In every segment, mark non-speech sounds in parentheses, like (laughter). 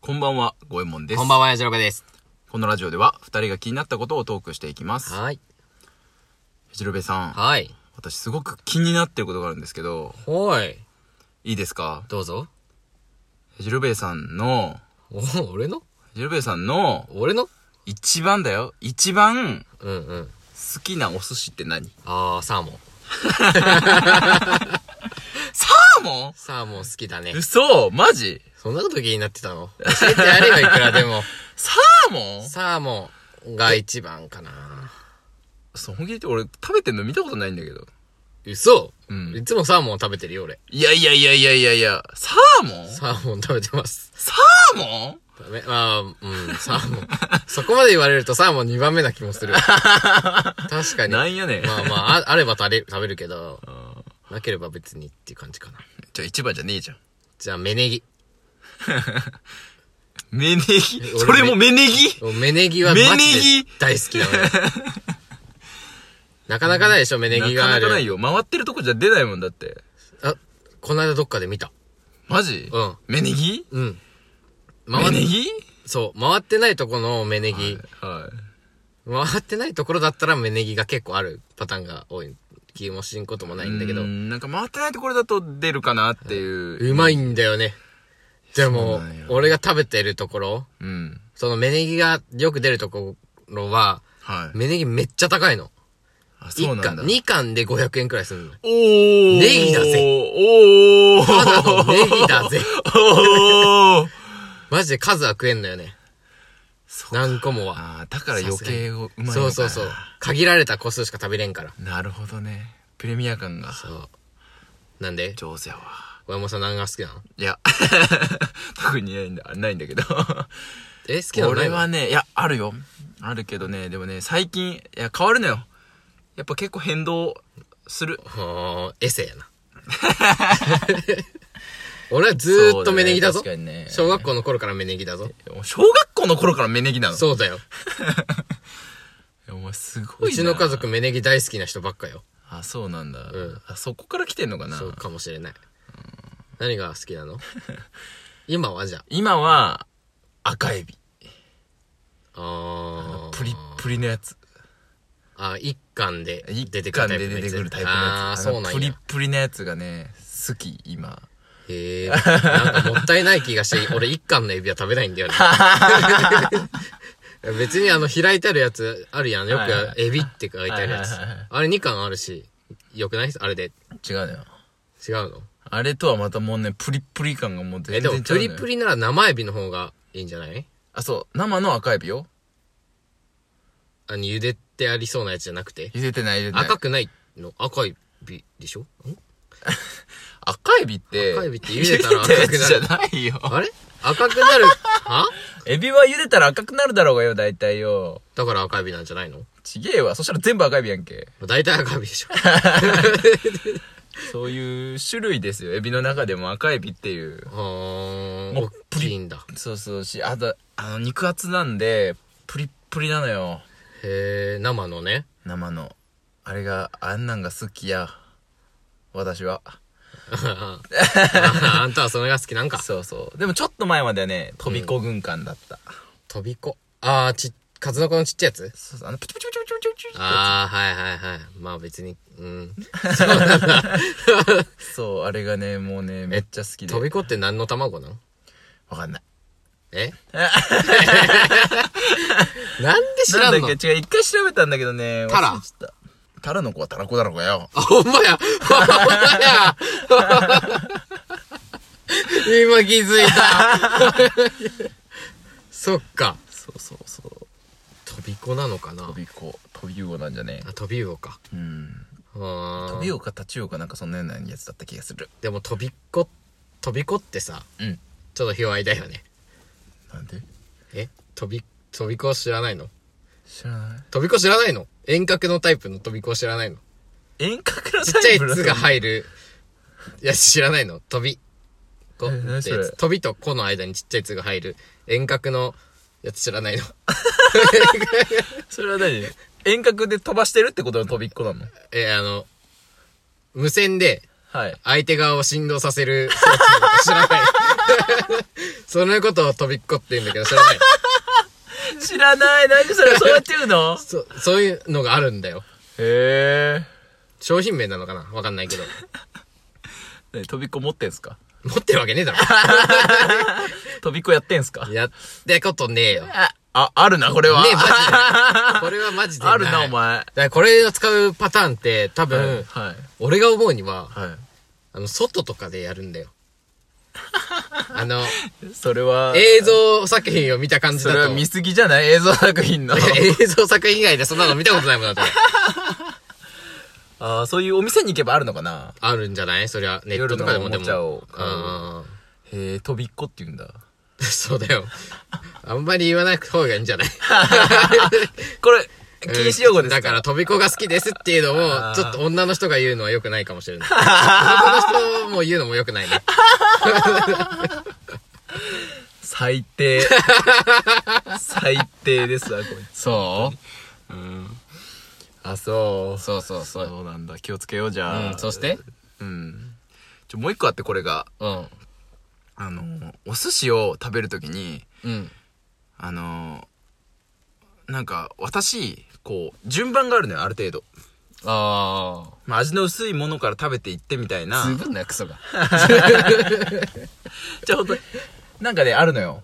こんばんは、ごえもんです。こんばんは、やじろべです。このラジオでは、二人が気になったことをトークしていきます。やはい。じろべさん、はい。私すごく気になってることがあるんですけど、ほい。いいですかどうぞ。やじろべさんの、お俺のやじろべさんの、俺の一番だよ、一番うんうん。好きなお寿司って何あー、サーモン。サーモンサーモン好きだね。嘘マジそんなこと気になってたの教えてやれよ、いくらで (laughs) も。サーモンサーモンが一番かな。そう、本気で言って俺食べてんの見たことないんだけど。嘘うんいつもサーモンを食べてるよ、俺。いやいやいやいやいやいや、サーモンサーモン食べてます。サーモンダメあー、 (laughs) うん、サーモン。そこまで言われるとサーモン2番目な気も (laughs) する。確かに。なんやねん。まあまあ、ああれば食べる食べるけど、なければ別にっていう感じかな。 (laughs) じゃあ一番じゃねえじゃん。じゃあ、メネギ。メネギ俺それもメネギメネギはマジ芽ネギで大好 (laughs) きなのよ。なかなかないでしょ、メネギがあなる。かなかないよ。回ってるとこじゃ出ないもんだって。あ、この間どっかで見た。マジうん。メネギうん。メっネギそう、回ってないとこのメネギ。は。回ってないところだったらメネギが結構あるパターンが多い気もしんこともないいんだけどうー。んなんか回ってないところだと出るかなっていう。うまいんだよね。でそうもなんよ、俺が食べてるところ、うん。そのメネギがよく出るところは、はい。メネギめっちゃ高いの。あ、そう1なん貫、だ。 2貫で500円くらいするの。おー。ネギだぜおー。ただのネギだぜ。お (laughs) ー。マジで数は食えんのよね。そうか何個もは。あーだから余計うまいのかな。そうそうそう。限られた個数しか食べれんから。なるほどね。プレミア感がそう。なんで上手やわ。親もさん何が好きなのい (laughs) や、 (laughs) 特にないんだ、ないんだけど。え、好きなのない俺のはね、いや、あるよ。あるけどね、でもね、最近、いや、変わるのよ。やっぱ結構変動する。ほーエセやな。 (laughs) 俺はずーっとメネギだぞそう。だね確かに小学校の頃からメネギだぞ。ね。小学校の頃からメネギなのそうだよ。いやお前すごういな。ちの家。族メネギ大好きな人ばっかよ。あ、そうなんだ。んあ、そこから来てんのかなそうかもしれない。何が好き (laughs) なの今はじゃ今は、赤エビ。あ。あープリップリのやつ。あー、一貫で出てく缶るタでイプの出やつ。てくるタイプのやつ。あー、そうのなんや。プリップリのやつがね、好き、今。へえ、なんかもったいない気 (laughs) がして、俺一貫のエビは食べないんだよね。 (laughs) 別にあの開いてあるやつあるやん。よはいはいくエビって書いてあるやつはいはいはいはい。あれ2貫あるし、よくないあれで。違うのよ。違うのあれとはまたもうね、プリップリ感がもうえ、全で然違うもプリプリ。リなら生エビの方がいいんじゃないあ、そう。生の赤エビよ。あの、茹でてありそうなやつじゃなくて。茹でてない、茹でてない。赤くないの赤エビでしょん赤エビって。赤エビって茹でたら赤くなる茹でたやつじゃないよ。あれ赤くなる、はエビは茹でたら赤くなるだろうがよ、大体よ。だから赤エビなんじゃないのちげえわ。そしたら全部赤エビやんけ。大体赤エビでし (laughs) ょ。そういう種類ですよ。エビの中でも赤エビっていう。うーん、も大うプリきいんだ。そうそうし、あと、あの、肉厚なんで、プリップリなのよ。へえ、生 (laughs) のね。生の。あれが、あんなんが好きや。私は。ああんたはそれが好きなんか。そうそう。でもちょっと前まではね、飛び子軍艦だった。飛び子。ああ、ち、数の子のちっちゃいやつそうそう。あの、プチプチプチプチプチプチって。ああ、はいはいはい。まあ別に、うん。そう、あれがね、もうね、めっちゃ好きで。飛び子って何の卵なのわかんない。 (laughs) えなんで知らなんんだのっけ違う、一回調べたんだけどね。タラ忘れちゃったタラの子はタラ子だろうがよ。あ、ほんまや。ほんまや。今気づいた。 (laughs) そっか。そうそうそう。飛び子なのかな飛び子、飛び魚なんじゃねあ、飛び魚か。え。うん。うーん飛び魚かタチウオかなんかそんなようなやつだった気がする。でも飛び子、飛び子ってさ、うん。ちょっと卑猥だよね。なんでえ飛び、飛び子知らないの知らない。飛び子知らないの遠隔のタイプの飛び子知らないの遠隔のちっちゃいタイプの「つ」が入る。いや、知らないの飛び子っえ何そてやれつ。飛びと子の間にちっちゃい「つ」が入る。遠隔のやつ知らないの。それは何遠隔で飛ばしてるってことの飛びっ子なのえーあの、無線ではい。相手側を振動させる装置のこと知らない。 (laughs) そのことを飛びっこって言うんだけど知らない。知らない。何それ、そうやって言うのそ、そういうのがあるんだよ。へ商品名なのかなわか (laughs) んないけど。え。飛びっこ持ってんすか持ってるわけねえだろ。飛びっこやってんすかやったことねえ (laughs) よ。ねあ、あ、あるな、これえ、は。マジでない。これはマジでない。あるな、お前。だからこれを使うパターンって多分、はい。俺が思うには、はあの、外とかでやるん (laughs) だよ。あの、い。それは、映像作品を見た感じそだれと。は見すぎじゃない映像作品の。 (laughs) 映像作品以外でそんなの見たことないもんだって。ああ、そういうお店に行けばあるのかなあるんじゃないそりゃ、ネットとかでもでも。夜のおもちゃを買うあへえ、飛びっこって言うんだ。ー (laughs) そうだよ。あんまり言わない方がいいん (laughs) じゃないこれ、禁止用語ですかだから、飛び子が好きですっていうのあーも、ちょっと女の人が言うのは良くないかもし (laughs) れない。男の人も言うのも良くないね。最 (laughs) 低。最低ですわ、こいそうつ。うん。あ、そう。そうそうそう。そうなんだ。気をつけよう、じゃあ。うん、そしてうん。ちょ、もう一個あって、これが。うん。あの、お寿司を食べるときに、うん。あの、なんか、私、こう、順番があるのよ、ある程度。あまあ、味の薄いものから食べていってみたいあ。な。つぶんなよ、クソが。じゃあ、ほんとなんかね、あるのよ。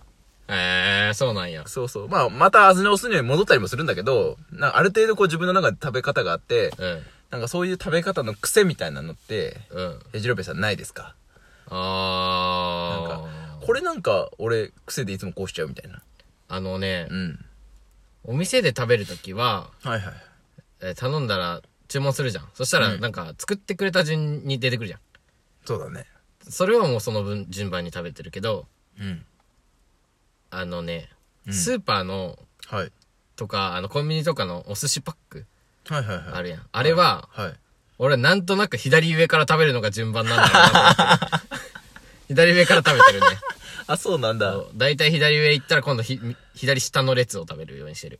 ええ、そうなんや。そうそう。まあ、また味の薄いのに戻ったりもするんだけど、なんかある程度こう自分の中で食べ方があって、うん。なんかそういう食べ方の癖みたいなのって、うん。えじろべえさんないですかなんあかあ。、これなんか俺癖でいつもこうしちゃうみたいな。あのねう、ん。お店で食べるときは、はいはい。えー頼んだら注文するじゃん。そしたうら、んなんか、作ってくれた順に出てくるじゃん。そうだね。それはもうその分、順番に食べてるけど、うん。あのね、うんスーパーの、はい。とか、あの、コンビニとかのお寿司パック、はいはいあれるやん。あれは、はい。俺なんとなく左上から食べるのが順番なんだろうなと思 (laughs) ってる。左上から食べてるね。あ、そうなんだ。だいたい左上行ったら今度ひ、左下の列を食べるようにしてる。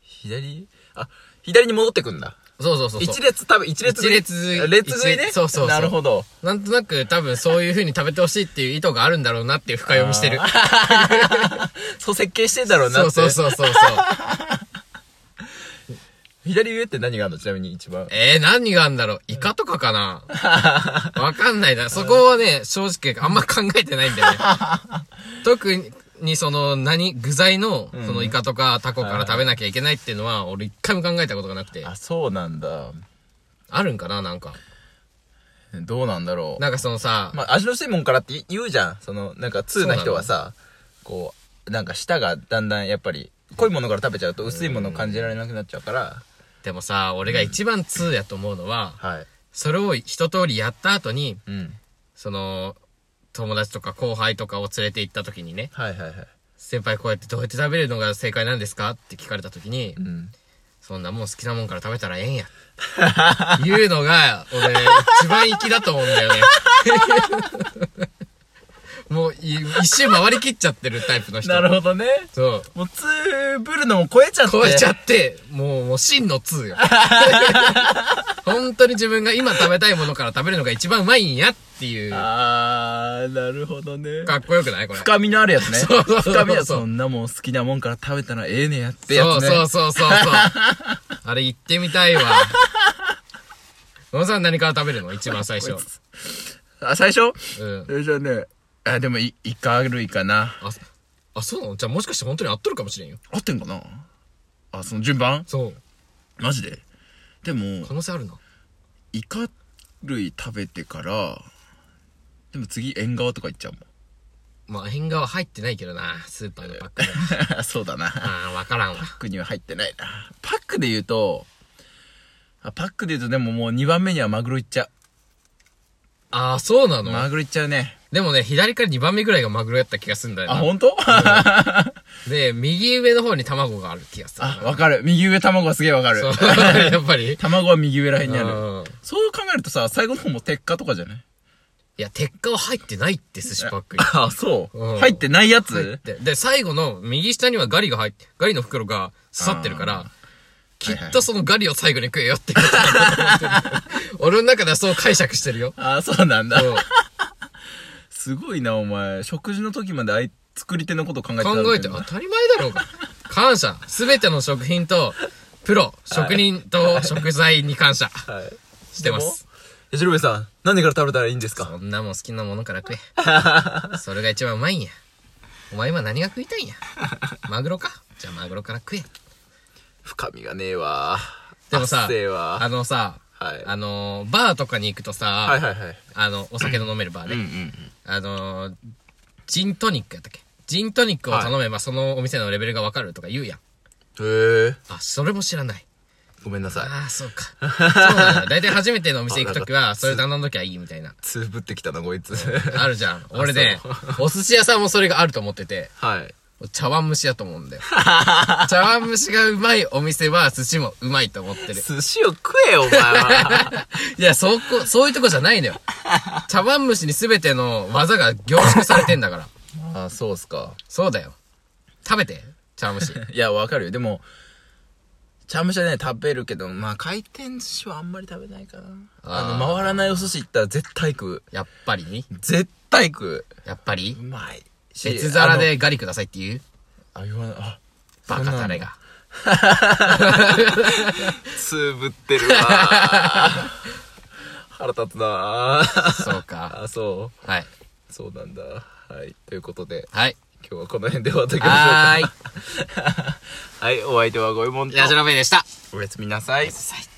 左あ、左に戻ってくんだ。そうそうそうそう。一列食べ、一列食い一列食い列食いね。一そうそうそうなるほど。なんとなく多分そういう風に食べてほしいっていう意図があるんだろうなっていう深読みしてる。そう設計してんだろうなっそて。うそうそうそうそう。左上って何があるのちなみに一番。えー、何があんだろうイカとかかなわかんないな。そこはね、正直あんま考えてないんだよね。特にその何、具材の、そのイカとかタコから食べなきゃいけないっていうのは、俺一回も考えたことがなくて。あ、そうなんだ。あるんかななんか。どうなんだろう。なんかそのさ、まあ、味の薄いもんからって言うじゃん。その、なんか、通な人はさ、こう、なんか舌がだんだんやっぱり、濃いものから食べちゃうと薄いものを感じられなくなっちゃうから、でもさ、俺が一番通やと思うのは、はい。それを一通りやった後に、うん。その、友達とか後輩とかを連れて行った時にね、はいはいはい。先輩こうやってどうやって食べるのが正解なんですかって聞かれた時にう、ん。そんなもん好きなもんから食べたらええんや。言うのが、俺、一番粋だと思うんだよね。 (laughs) もう、い一周回りきっちゃってるタイプの人。なるほどね。そう。もう、つぶるのも超えちゃって。超えちゃっって、もう、もう真の (laughs) 通よ。本当に自分が今食べたいものから食べるのが一番うまいんやっていう、かあー、なるほどね。っこよくないこれ。深みのあるやつね。そうそうそうそう深みのそんなもん好きなもんから食べたらええねやってやつね。そうそうそうそうそう。 (laughs) あれ行ってみたいわ。野田さん何から食べるの一番最初こい。あ、最初うん。最初はね、あ、でもイ、イカ類かな。あ、あ、そうなのじゃあもしかして本当に合っとるかもしれんよ。合ってんかなあ、その順番そう。マジででも可能性あるな。イカ類食べてからでも次縁側とか行っちゃうまあ、変顔は入ってないけどな、スーパーのパックに。もん (laughs) そうだな (laughs) ああ、わからんわ。パックには入ってないなパックで言うとあパックで言うとでももう2番目にはマグロ行っちゃああ、そうなうの、マグロ行っちゃうねでもね、左から2番目ぐらいがマグロやった気がするんだよあな。本 (laughs) 当あで、右上の方に卵がある気がするな。わかる右上卵はすげえわかるそう (laughs) やっぱり。卵は右上らへんにあるうんそう考えるとさ最後の方も鉄火とかじゃないいや、鉄火は入ってないって、寿司パックに。あそう、うん入ってないやつ、入って。で、最後の右下にはガリが入って、ガリの袋が刺さってるから、きっとそのガリを最後に食えよってこと (laughs) だと思ってる俺の中ではそう解釈してるよ。あそうなんだそう。すごいな、お前。食事の時まであい、作り手のこと考えてたんだよ考えて、当たり前だろうが。感謝。すべての食品と、プロ、職人と食材に感謝はい。してます。え、ジロベさん、何から食べたらいいんですかそんなもん好きなものから食 (laughs) え。それが一番うまいんや。お前今何が食いたいんや。マグロかじゃあマグロから食え。深みがねえわ。でもさせえ、わ。あのさ、はいあのー、バーとかに行くとさ、はいはいはい。あの、お酒の飲めるバーね。うんうん。あのー、ジントニックやったっけジントニックを頼めばそのお店のレベルがわかるとか言うやん。へえ。あ、それも知らない。ごめんなさい。ああ、そう (laughs) か。そうなんだ。大体初めてのお店行くときは、それ頼んどきゃいいみたいな。つぶってきたな、こい (laughs) つ。(laughs) あるじゃん。俺ね、お寿司屋さんもそれがあると思ってて、はい。茶碗蒸しやと思う (laughs) んだよ。茶碗蒸しがうまいお店は寿司もうまいと思ってる。寿司を食えよ、お前は。いや、そこ、そういうとこじゃないのよ。茶碗蒸しに全ての技が凝縮されてんだから。 (laughs) あ、そうっすか。そうだよ。食べて、茶碗蒸し。いや、わかるよ。でも、チャームシャね、食べるけど、まあ、回転寿司はあんまり食べないかな。ああーの、回らないお寿司行ったら絶対食う。やっぱり絶対食やっぱりう。うまいし。別皿でガリくださいって言うあの。あ、言わない。あ、バカタレが。つぶってるわー。 (laughs) 腹立つなー。そうか。あ、そはい。う。そうなんだ。はい。ということで、 (laughs) はい。今日はこの辺で終わっときましょうか。はーい。はい、お相手はごいもんとラジ。ロベでした。おやすみなさい。最低。